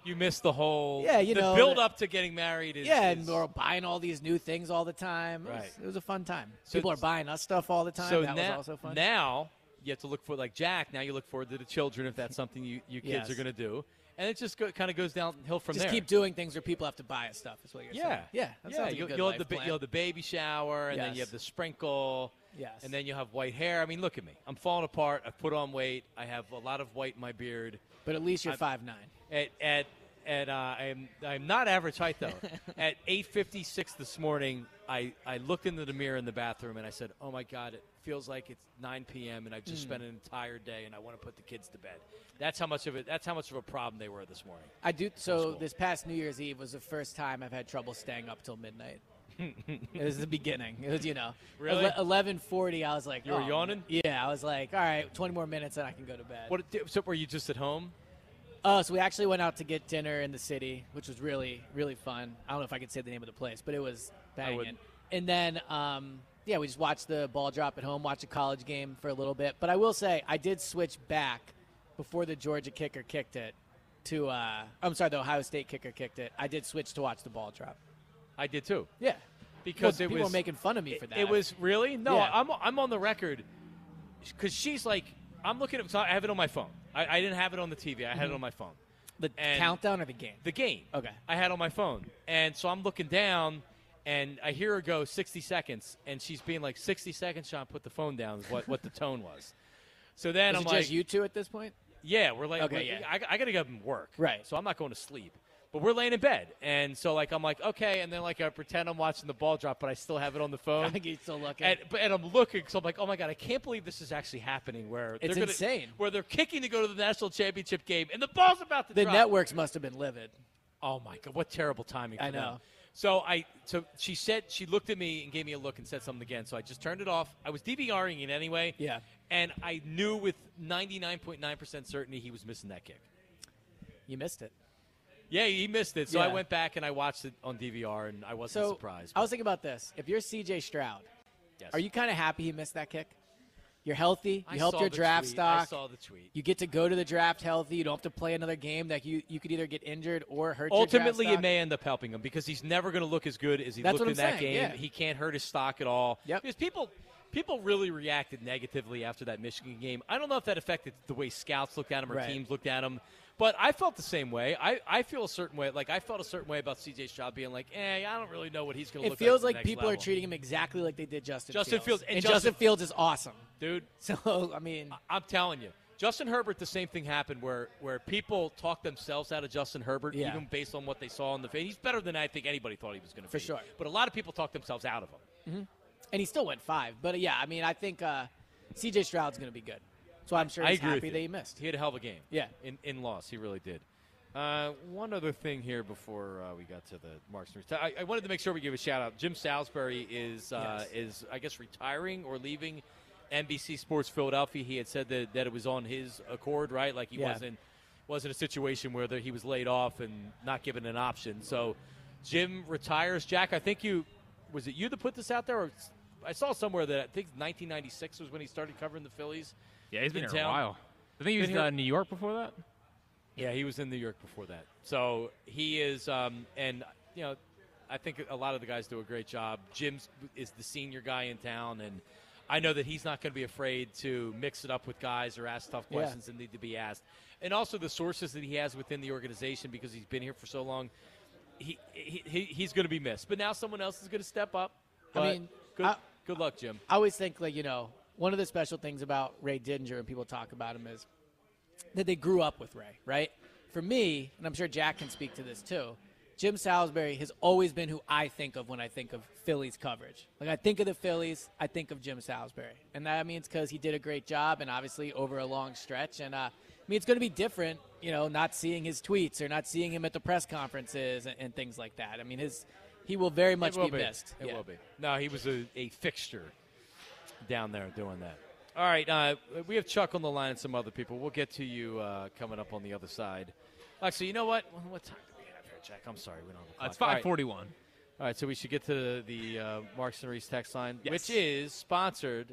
You missed the whole Yeah, you the know, build the- up to getting married is yeah, is- and we're buying all these new things all the time. It was, Right. it was a fun time. So- People are buying us stuff all the time. so that now, was also fun. Now you have to look for like Jack. Now you look forward to the children if that's something you, you kids Yes. are going to do, and it just go, kind of goes downhill from just there. keep doing things where people have to buy us stuff. Is what you're yeah, saying. yeah, that yeah. sounds like a You'll, good you'll life have the ba- plan. you'll have the baby shower, and then you Yes. have the sprinkle. Yes. And then you have white hair. I mean, look at me. I'm falling apart. I've put on weight. I have a lot of white in my beard. But at least you're I'm- five nine. At at at uh, I'm I'm not average height [laughs] though. at 8:56 this morning, I I looked into the mirror in the bathroom and I said, "Oh my God, it feels like it's 9 p.m. and I've just Mm. spent an entire day and I want to put the kids to bed." That's how much of it. That's how much of a problem they were this morning. I do. So this past New Year's Eve was the first time I've had trouble staying up [laughs] till midnight. it was the beginning. It was you know, Really? eleven forty. I was like, You were "Oh, yawning?" Yeah, I was like, all right, twenty more minutes and I can go to bed. What so were you just at home? Oh, so we actually went out to get dinner in the city, which was really really fun. I don't know if I could say the name of the place, but it was banging. wouldn't. And then, um, yeah, we just watched the ball drop at home, watched a college game for a little bit. But I will say, I did switch back before the Georgia kicker kicked it. To uh, I'm sorry, the Ohio State kicker kicked it. I did switch to watch the ball drop. I did too. Yeah, because Well, it people was were making fun of me it- for that. It was really no. Yeah. I'm I'm on the record because she's like I'm looking at. So I have it on my phone. I, I didn't have it on the TV. I had it Mhm. on my phone. the And countdown or the game. The game. Okay. I had on my phone, and so I'm looking down, and I hear her go 60 seconds, and she's being like 60 seconds, Sean. Put the phone down. Is what what the tone was. So then Is I'm it like, just you two at this point? yeah, we're like, Okay, we're- yeah. I, I gotta get up and work, Right. So I'm not going to sleep, but we're laying in bed, and so like I'm like, okay, and then like I pretend I'm watching the ball drop, but I still have it on the [laughs] phone. I get so lucky. And, but, and I'm looking, so I'm like, oh my god, I can't believe this is actually happening. Where It's they're gonna- insane. Where they're kicking to go to the national championship game, and the ball's about to the drop. networks must have been livid. Oh my god, what terrible timing! For I them. know. So I so she said she looked at me and gave me a look and said something again. So I just turned it off. I was DVRing it anyway. Yeah. And I knew with 99.9% certainty he was missing that kick. You missed it. Yeah, he missed it. So I Yeah. went back and I watched it on DVR and I wasn't so surprised. I was thinking about this. If you're CJ Stroud, Yes. are you kind of happy he missed that kick? You're healthy. You I helped saw your the draft tweet. stock. I saw the tweet. You get to go to the draft healthy. You don't have to play another game that you you could either get injured or hurt. Ultimately, your it draft stock. may end up helping him because he's never going to look as good as he That's looked what in I'm that saying, game. yeah. He can't hurt his stock at all. Because people people really reacted negatively after that Michigan game. I don't know if that affected the way scouts looked at him or Right. teams looked at him, but I felt the same way. I, I feel a certain way. Like I felt a certain way about CJ Stroud being like, eh, I don't really know what he's going to It look feels like. like, at the next people are level." treating him exactly like they did Justin. Justin Fields, Fields- and Justin, Justin- Uh, Fields is awesome, [laughs] dude. So I mean, I'm telling you, Justin Herbert. The same thing happened where where people talked themselves out of Justin Herbert, Yeah. even based on what they saw on the field. He's better than I think anybody thought he was going to For be. sure. but a lot of people talked themselves out of him. Mhm. and he still went five. But uh, yeah, I mean, I think uh, C.J. Stroud's going to be good. So I'm sure I he's agree with happy you. that he missed. He had a hell of a game. Yeah. in in loss, he really did. Uh, one other thing here before uh, we got to the marks. and reti- I, I wanted to make sure we give a shout out. Jim Salisbury is uh, is I guess retiring or leaving NBC Sports Philadelphia. He had said that, that it was on his accord, right? Like he Yeah. wasn't wasn't a situation where the, he was laid off and not given an option. So Jim retires. Jack, I think you was it you that put this out there? Or s- I saw somewhere that I think 1996 was when he started covering the Phillies. Yeah, he's been in here a town. while. I think he was Been here- Uh, uh, in New York before that. yeah, he was in New York before that. So he is, um, and you know, I think a lot of the guys do a great job. Jim is the senior guy in town, and I know that he's not going to be afraid to mix it up with guys or ask tough Yeah. questions that need to be asked, and also the sources that he has within the organization because he's been here for so long. He, he, he he's going to be missed, but now someone else is going to step up. I But mean, good I- good luck, Jim. I always think like you know one of the special things about Ray Dinger when people talk about him is that they grew up with Ray, right? For me, and I'm sure Jack can speak to this too. Jim Salisbury has always been who I think of when I think of Phillies coverage. Like I think of the Phillies, I think of Jim Salisbury, and that means because he did a great job, and obviously over a long stretch. And uh, I mean, it's going to be different, you know, not seeing his tweets or not seeing him at the press conferences and, and things like that. I mean, his he will very much it will be, missed. It Yeah. will be. No, he was a, a fixture down there doing that. All right, uh, we have Chuck on the line and some other people. We'll get to you uh, coming up on the other side. Actually, you know what? What- What time do we have here, Jack? I'm sorry, we don't have a Uh, clock. it's All right. 541. All right, so we should get to the uh, Marks and Reese text line, Yes. which is sponsored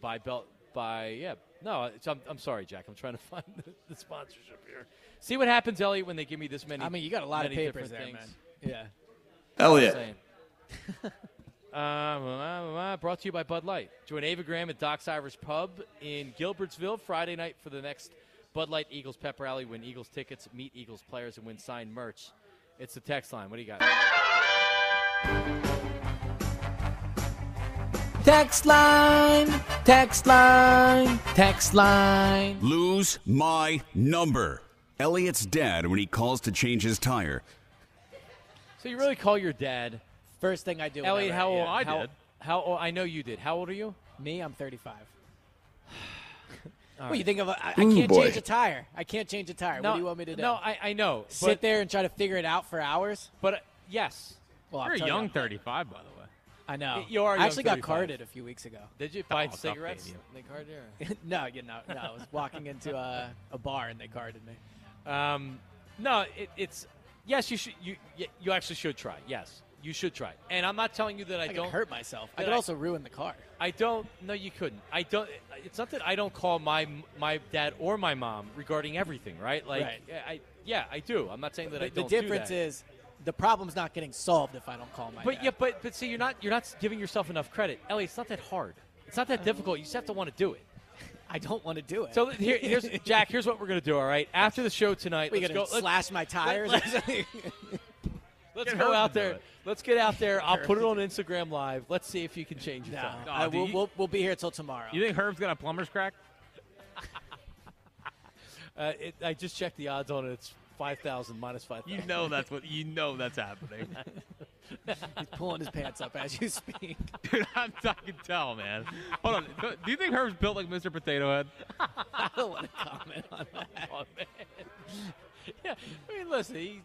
by Belt by yeah. No, it's, I'm, I'm sorry, Jack. I'm trying to [laughs] find the, the sponsorship here. See what happens, Elliot, when they give me this many. I mean, you got a lot of many papers different there, things. man. That's what I'm Elliot. saying. [laughs] Uh, blah, blah, blah, brought to you by Bud Light. Join Ava Graham at Doc's Irish Pub in Gilbertsville Friday night for the next Bud Light Eagles pep rally. Win Eagles tickets, meet Eagles players, and win signed merch. It's the text line. What do you got? Text line, text line, text line. Lose my number. Elliot's dad when he calls to change his tire. So you really call your dad? First thing I do. Elliot, whenever- how old? yeah. how, How old? I know you did. How old are you? Me, I'm [sighs] 35. All What you right. think of? I, I Ooh, can't boy. change a tire. I can't change a tire. No, what do you want me to do? No, I, I know. sit but- there and try to figure it out for hours. But uh, yes, well, I'll You're tell a you, young I'm- 35, by the way. I know. You are a I actually young 35. got carded a few weeks ago. Did you buy Oh, tough cigarettes? baby. They card you. or- [laughs] no, you know, no. I was walking into a, a bar and they carded me. Um, no, it, it's yes. You should. You y- you actually should try. Yes, you should try. And I'm not telling you that I, I could don't hurt myself. I that could also ruin the car. I don't. No, you couldn't. I don't. It's not that I don't call my my dad or my mom regarding everything. Right. Like Right. I, I- yeah, I do. I'm not saying that I But the don't. difference do that. is the problem's not getting solved if I don't call my. But dad. yeah, but but see, you're not you're not giving yourself enough credit, Ellie. It's not that hard. It's not that difficult. You just have to want to do it. I don't want to do it. So here, here's Jack. Here's what we're gonna do. All right. After the show tonight, We let's gonna go. let's- slash my tires or Let, [laughs] something? us Get go Herb out to do there. it. Let's get out there. I'll put it on Instagram Live. Let's see if you can change your No, time. I- we'll, we'll, we'll be here till tomorrow. You think Herb's got a plumber's crack? Uh, it, I just checked the odds on it. It's five thousand minus five. You know that's what you know that's happening. He's pulling his pants up as [laughs] you speak. Dude, [laughs] I'm, I can tell, man. Hold on. Do- Do you think Herb's built like Mr. Potato Head? I don't want to comment on that. yeah, I mean, listen, he,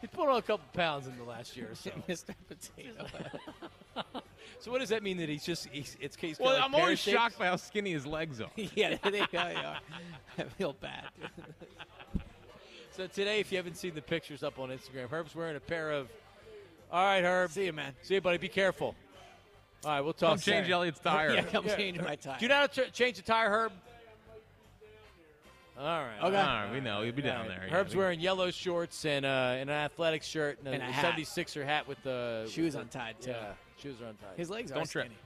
He's put on a couple pounds in the last year or [laughs] so. Mr. Potato Head. [laughs] so what does that mean that he's just he's it's he's Well, kinda like I'm always pear-shaped? shocked by how skinny his legs [laughs] are. [laughs] Oh, yeah, they are. They are. I feel bad. [laughs] So today, if you haven't seen the pictures up on Instagram, Herb's wearing a pair of. All right, Herb. See you, man. See you, buddy. Be careful. All right, we'll talk. Come change Saturday. [laughs] Elliot's tire. Yeah, come change my tire. Do you know how to ch- change the tire, Herb? All right. Okay. All right, we know. You'll Oh, be All down there. Yeah, Herb's we- wearing yellow shorts and, uh, and an athletic shirt and, And a hat. 76er hat with the Shoes with the- untied, too. Yeah, shoes are untied. His legs are Don't trip. skinny.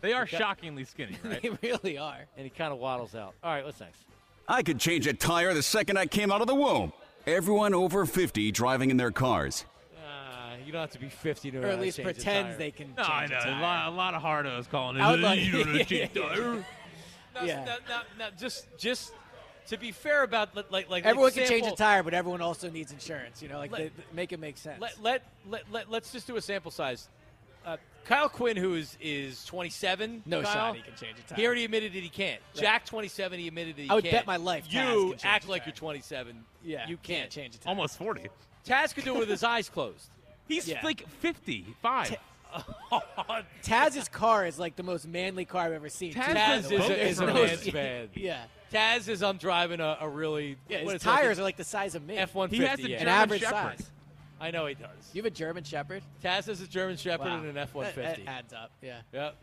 They are Okay. [laughs] shockingly skinny, right? [laughs] They really are. And he kind of waddles out. All right, what's next? I could change a tire the second I came out of the womb. Everyone over 50 driving in their cars. Uh, you don't have to be 50 to know Or how at to least change a pretends tire. they can. No, change I know. a A tire. lot, a lot of hardos calling it. I would like- [laughs] you don't know [laughs] Yeah, cheap yeah, yeah. tire. No, Yeah. no, no, no, just just to be fair about like like like Everyone can example, change a tire, but everyone also needs insurance. You know, like Let- they, make it make sense. Let, let let let let's just do a sample size. Uh, Kyle Quinn, who is is 27, No Kyle, shot he can change a tire. He already admitted that he can't. Right. Jack, 27, he admitted that he I would can't. bet my life Taz can You change act a like tire. you're 27. Yeah, you can't, change a tire. Almost 40. Taz could do it with his eyes [laughs] closed. He's Yeah. like 55. Taz's car is like the most manly car I've ever seen. Taz, is, a, is a man's man. [laughs] Yeah. [laughs] Taz is I'm driving a, a really Yeah, what his is it, like tires a- are like the size of me. F one He has fifty. a Yeah. German An average Shepherd. [laughs] size. I know he does. You have a German Shepherd? Taz is a German Shepherd Wow. and an F one That, fifty. that adds up. Yeah. Yep.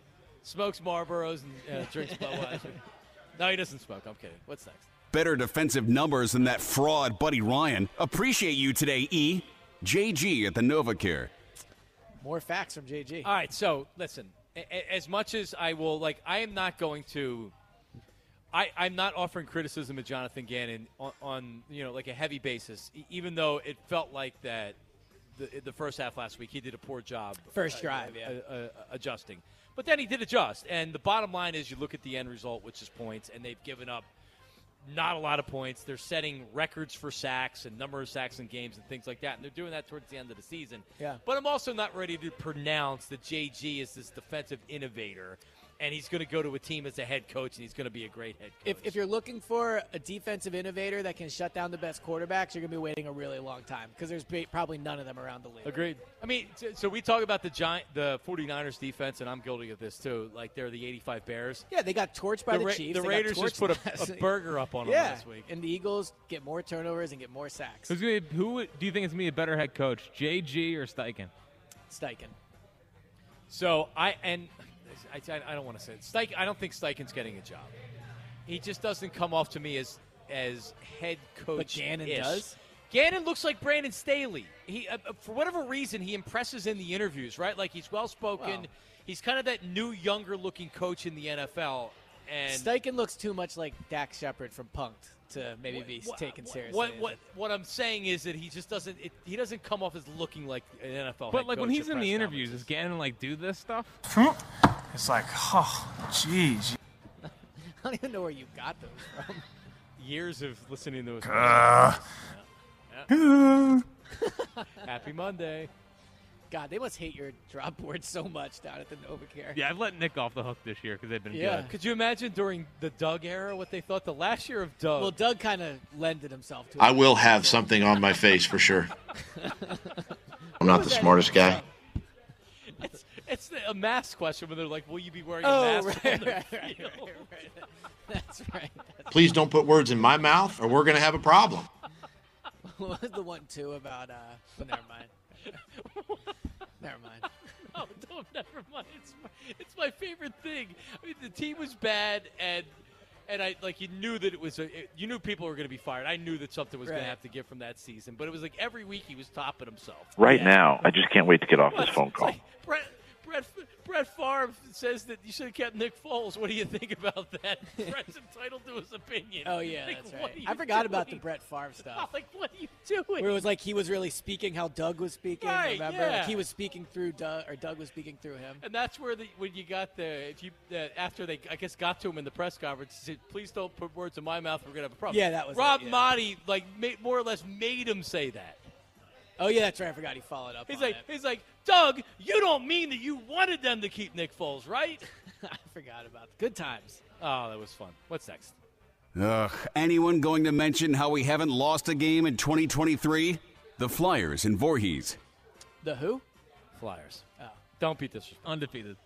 Smokes Marlboros and uh, drinks Budweiser. no, he doesn't smoke. I'm kidding. What's next? Better defensive numbers than that fraud Buddy Ryan. Appreciate you today, E. JG at the NovaCare. More facts from JG. All right, so listen. a- a- As much as I will, like, I am not going to. I, I'm not offering criticism of Jonathan Gannon on, on you know like a heavy basis, e- even though it felt like that the, the first half last week he did a poor job First drive, yeah. uh, uh, adjusting, but then he did adjust, and the bottom line is you look at the end result, which is points, and they've given up not a lot of points. They're setting records for sacks and number of sacks in games and things like that, and they're doing that towards the end of the season. Yeah. But I'm also not ready to pronounce that JG is this defensive innovator, and he's going to go to a team as a head coach, and he's going to be a great head coach. If, if you're looking for a defensive innovator that can shut down the best quarterbacks, you're going to be waiting a really long time because there's ba- probably none of them around the league. Agreed. I mean, so- so we talk about the giant, the 49ers defense, and I'm guilty of this too. Like they're the 85 Bears. Yeah, they got torched by the, Ra- Chiefs. The they got Raiders just torched [laughs] put a, last a night. burger up on yeah. them last week. And the Eagles get more turnovers and get more sacks. Who's gonna be, who would- do you think is going to be a better head coach, JG or Steichen? Steichen. So I and I, I- I don't want to say it. Steichen. I don't think Steichen's getting a job. He just doesn't come off to me as as head coach. Gannon does? Gannon looks like Brandon Staley. He, uh, uh, for whatever reason, he impresses in the interviews, right? Like he's well spoken. Wow. He's kind of that new, younger looking coach in the NFL. And Steichen looks too much like Dak Shepard from Punked to maybe be taken seriously. What what what I'm saying is that he just doesn't it, he doesn't come off as looking like an NFL. But head like when coach at he's press in the conference. interviews, does Gannon like do this stuff? It's like, oh, jeez. [laughs] I don't even know where you got those from. [laughs] years of listening to his. Uh. Yeah. Yeah. Happy Monday. God, they must hate your drop board so much down at the Novacare. Yeah, I've let Nick off the hook this year because they've been good. Could you imagine during the Doug era what they thought the last year of Doug? Well, Doug kind of lended himself to it. I will have something on my face for sure. I'm not the smartest guy. It's, it's the- a mask question when they're like, "Will you be wearing Oh, a mask?" [laughs] right, on the right, right, field?" right, right. [laughs] That's right. Please don't put words in my mouth or we're going to have a problem. what was the one too about? Uh, [laughs] but never mind. [laughs] never mind. no, Oh, don't, never mind. It's my, it's my favorite thing. I mean, the team was bad, and and I like you knew that it was a, it- you knew people were going to be fired. I knew that something was going Right. to have to give from that season, but it was like every week he was topping himself. Right [laughs] now, I just can't wait to get off this phone call. Brett, Brett, Brett Favre says that you should have kept Nick Foles. What do you think about [laughs] that? Brett's entitled to his opinion. Oh yeah, Like, that's what right. are I you forgot about the doing? Brett Favre stuff. [laughs] Like, what are you doing? Where it was like he was really speaking how Doug was speaking. Right, remember, yeah. like he was speaking through Doug, or Doug was speaking through him. And that's where the when you got the if you uh, after they I guess got to him in the press conference, he said, "Please don't put words in my mouth. We're gonna have a problem." Yeah, that was it, Rob yeah. Motti like made, more or less made him say that. Oh yeah, that's right. I forgot he followed up. He's on like, it. he's like, Doug, you don't mean that you wanted them to keep Nick Foles, right? [laughs] I forgot about that. good times. Oh, that was fun. What's next? Ugh, anyone going to mention how we haven't lost a game in 2023? The Flyers and Voorhees. The who? Flyers. Oh. Don't be disrespectful. Undefeated.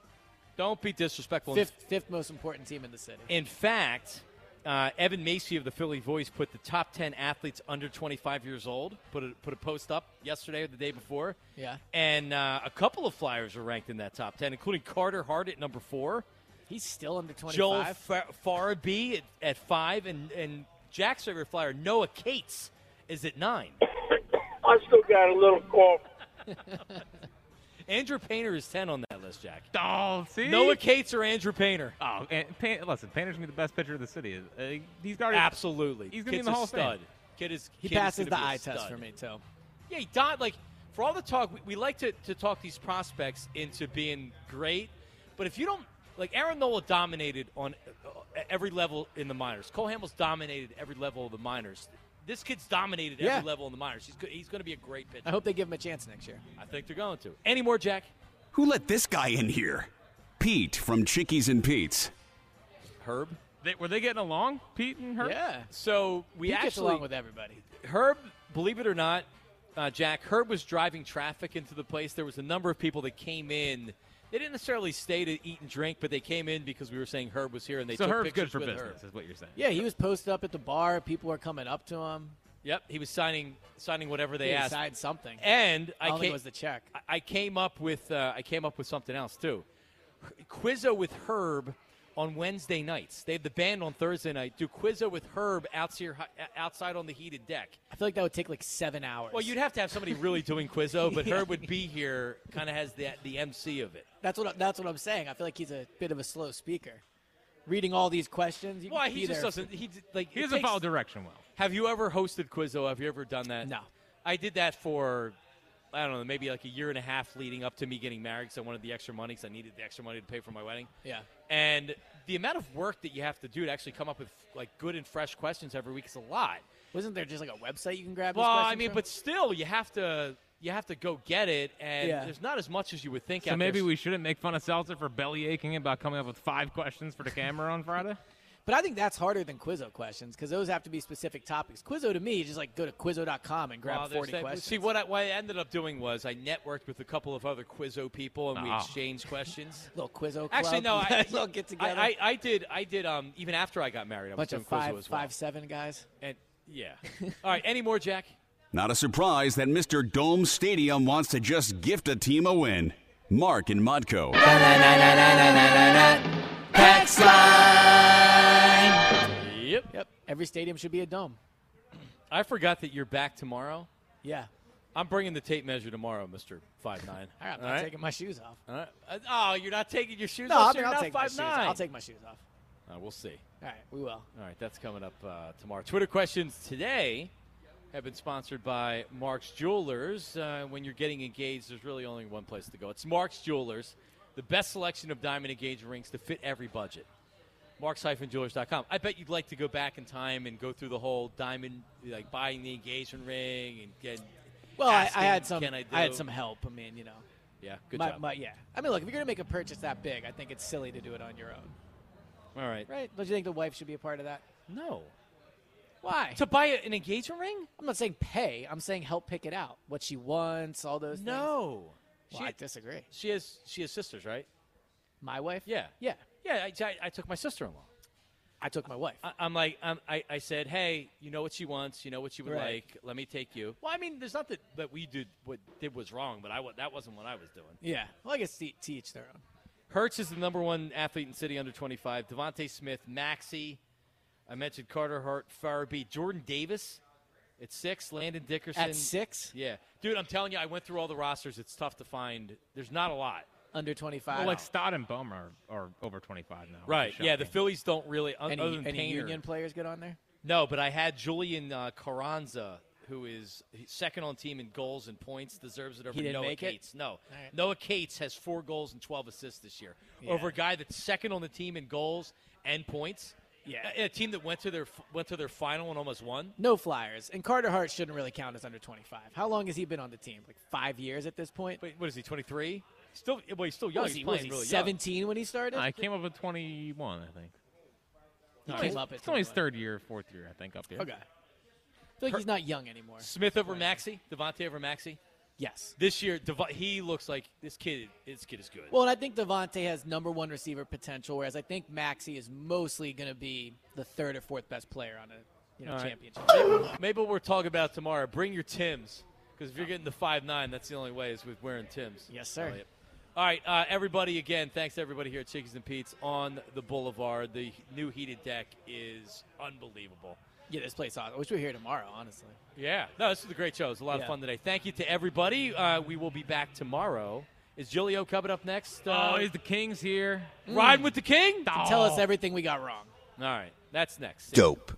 Don't be disrespectful. Fifth, fifth most important team in the city. In fact, uh, Evan Macy of the Philly Voice put the top 10 athletes under 25 years old, put a, put a post up yesterday or the day before. Yeah. And uh, a couple of Flyers are ranked in that top 10, including Carter Hart at number four. He's still under 25. Joel Fa- Farabee at, at five, and, and Jack's favorite Flyer, Noah Cates, is at nine. I still got a little cough. Andrew Painter is 10 on that list, Jack. Oh, see? Noah Cates or Andrew Painter? Oh, and Pan- listen, Painter's gonna be the best pitcher of the city. Uh, he's already Absolutely. He's gonna be Kid's in the a Hall of stud. Fame. Kid is, He kid is passes gonna the be a eye test stud. for me, too. Yeah, he died. Like for all the talk, we, we like to, to talk these prospects into being great, but if you don't like Aaron Nola dominated on uh, every level in the minors. Cole Hamels dominated every level of the minors. This kid's dominated every Yeah. level in the minors. He's go- he's going to be a great pitcher. I hope they give him a chance next year. I think they're going to. Any more, Jack? Who let this guy in here? Pete from Chickies and Pete's. Herb. They, were they getting along, Pete and Herb? Yeah. So we he actually gets along with everybody. Herb, believe it or not, uh, Jack, Herb was driving traffic into the place. There was a number of people that came in. They didn't necessarily stay to eat and drink, but they came in because we were saying Herb was here, and they so took Herb's pictures good for with business, Herb. is what you're saying. Yeah, he was posted up at the bar. People were coming up to him. Yep, he was signing signing whatever they He asked. signed something. And I All it came, was the check. I- I came up with uh, I came up with something else too. Quizzo with Herb on Wednesday nights. They have the band on Thursday night. Do Quizzo with Herb outside outside on the heated deck. I feel like that would take like seven hours. Well, you'd have to have somebody really doing [laughs] Quizzo, but Herb would be here, kind of has the the MC of it. That's what I- that's what I'm saying. I feel like he's a bit of a slow speaker. Reading all these questions, you Well, could he be just there doesn't- he d- like, He it doesn't takes- follow direction well. Have you ever hosted Quizzo? Have you ever done that? No. I did that for I don't know, maybe like a year and a half leading up to me getting married because I wanted the extra money because I needed the extra money to pay for my wedding. Yeah. And the amount of work that you have to do to actually come up with like good and fresh questions every week is a lot. Wasn't there just like a website you can grab? these Well, I questions mean, from? but still, you have to you have to go get it, and Yeah. there's not as much as you would think. So out maybe there. we shouldn't make fun of Seltzer for belly aching about coming up with five questions for the camera on Friday. But I think that's harder than Quizzo questions because those have to be specific topics. Quizzo to me is just like go to Quizzo.com and grab Well, there's 40 that- questions. See, what I, what I ended up doing [laughs] was I networked with a couple of other Quizzo people, and we Ah. exchanged questions. little Quizzo club. Actually, [laughs] [laughs] no, I, little get together. I, I, I did. I did. Um, even after I got married, I was bunch doing of Quizzo as five, well. five, seven guys. And yeah. All right. Any more, Jack? Not a surprise that Mr. Dome Stadium wants to just gift a team a win. Mark and Modco. Pax line. Yep. Yep. Every stadium should be a dome. I forgot that you're back tomorrow. Yeah. I'm bringing the tape measure tomorrow, Mister Five Nine. All right, I'm not taking my shoes off. All right. Uh, Oh, you're not taking your shoes No, off. I so mean, you're I'll not take my five shoes. nine. I'll take my shoes off. Uh, we'll see. All right, we will. All right, that's coming up uh, tomorrow. Twitter questions today have been sponsored by Mark's Jewelers. Uh, when you're getting engaged, there's really only one place to go. It's Mark's Jewelers, the best selection of diamond engagement rings to fit every budget. Marks-jewelers.com. I bet you'd like to go back in time and go through the whole diamond, like buying the engagement ring and get. Well, I, asking, I had some. Can I, do? had some help. I mean, you know. Yeah, good my, job. my- yeah. I mean, look, if you're gonna make a purchase that big, I think it's silly to do it on your own, All right. right? Don't you think the wife should be a part of that? No. Why? To buy an engagement ring? I'm not saying pay. I'm saying help pick it out. What she wants, all those. No. Things. Well, I disagree. She has she has sisters, right? My wife. Yeah. Yeah. Yeah, I, I, I took my sister-in-law. I took my wife. I, I'm like, I'm, I, I said, hey, you know what she wants, you know what she would Right. like. Let me take you. Well, I mean, there's not that, that we did what did was wrong, but I wa- that wasn't what I was doing. Yeah. Well, I guess to, to each their own. Hertz is the number one athlete in city under 25. Devonte Smith, Maxi, I mentioned Carter Hart, Farabee, Jordan Davis at six, Landon Dickerson At six? Yeah, dude, I'm telling you, I went through all the rosters. It's tough to find. There's not a lot. Under 25. Well, like Stott and Bohm are, are over 25 now. Right. Yeah, the Phillies don't really. un- any other than any Painter. union players get on there? No, but I had Julian uh, Carranza, who is second on team in goals and points, deserves it over He didn't Noah make it? Cates. No, right. Noah Cates has four goals and twelve assists this year Yeah. over a guy that's second on the team in goals and points. Yeah. a, a team that went to their f- went to their final and almost won. No flyers. And Carter Hart shouldn't really count as under 25. How long has he been on the team? Like five years at this point. Wait, what is he? Twenty three? Still, well, he's still young. was he's he, playing was he really young. 17 when he started? I came up with 21, I think. He No, came it's- up at it's only his 21. third year, fourth year, I think, up here. Okay. feel like he's not young anymore. Smith over Maxi, Devontae over Maxi. Yes. This year, Devo- he looks like this kid. This kid is good. Well, and I think Devontae has number one receiver potential, whereas I think Maxi is mostly going to be the third or fourth best player on a you know All right. championship. Maybe, maybe we'll talk about it tomorrow. Bring your Tims because if you're getting the five nine, that's the only way is with wearing Tims. Yes, sir. Elliot. All right, uh, everybody. Again, thanks to everybody here at Chickies and Pete's on the Boulevard. The new heated deck is unbelievable. Yeah, this place. Awesome. I wish we were here tomorrow, honestly. Yeah, no, this is a great show. It's a lot Yeah. of fun today. Thank you to everybody. Uh, we will be back tomorrow. Is Julio coming up next? Uh, oh, he's the Kings here. Riding with the King? Tell us everything we got wrong. All right, that's next. Dope.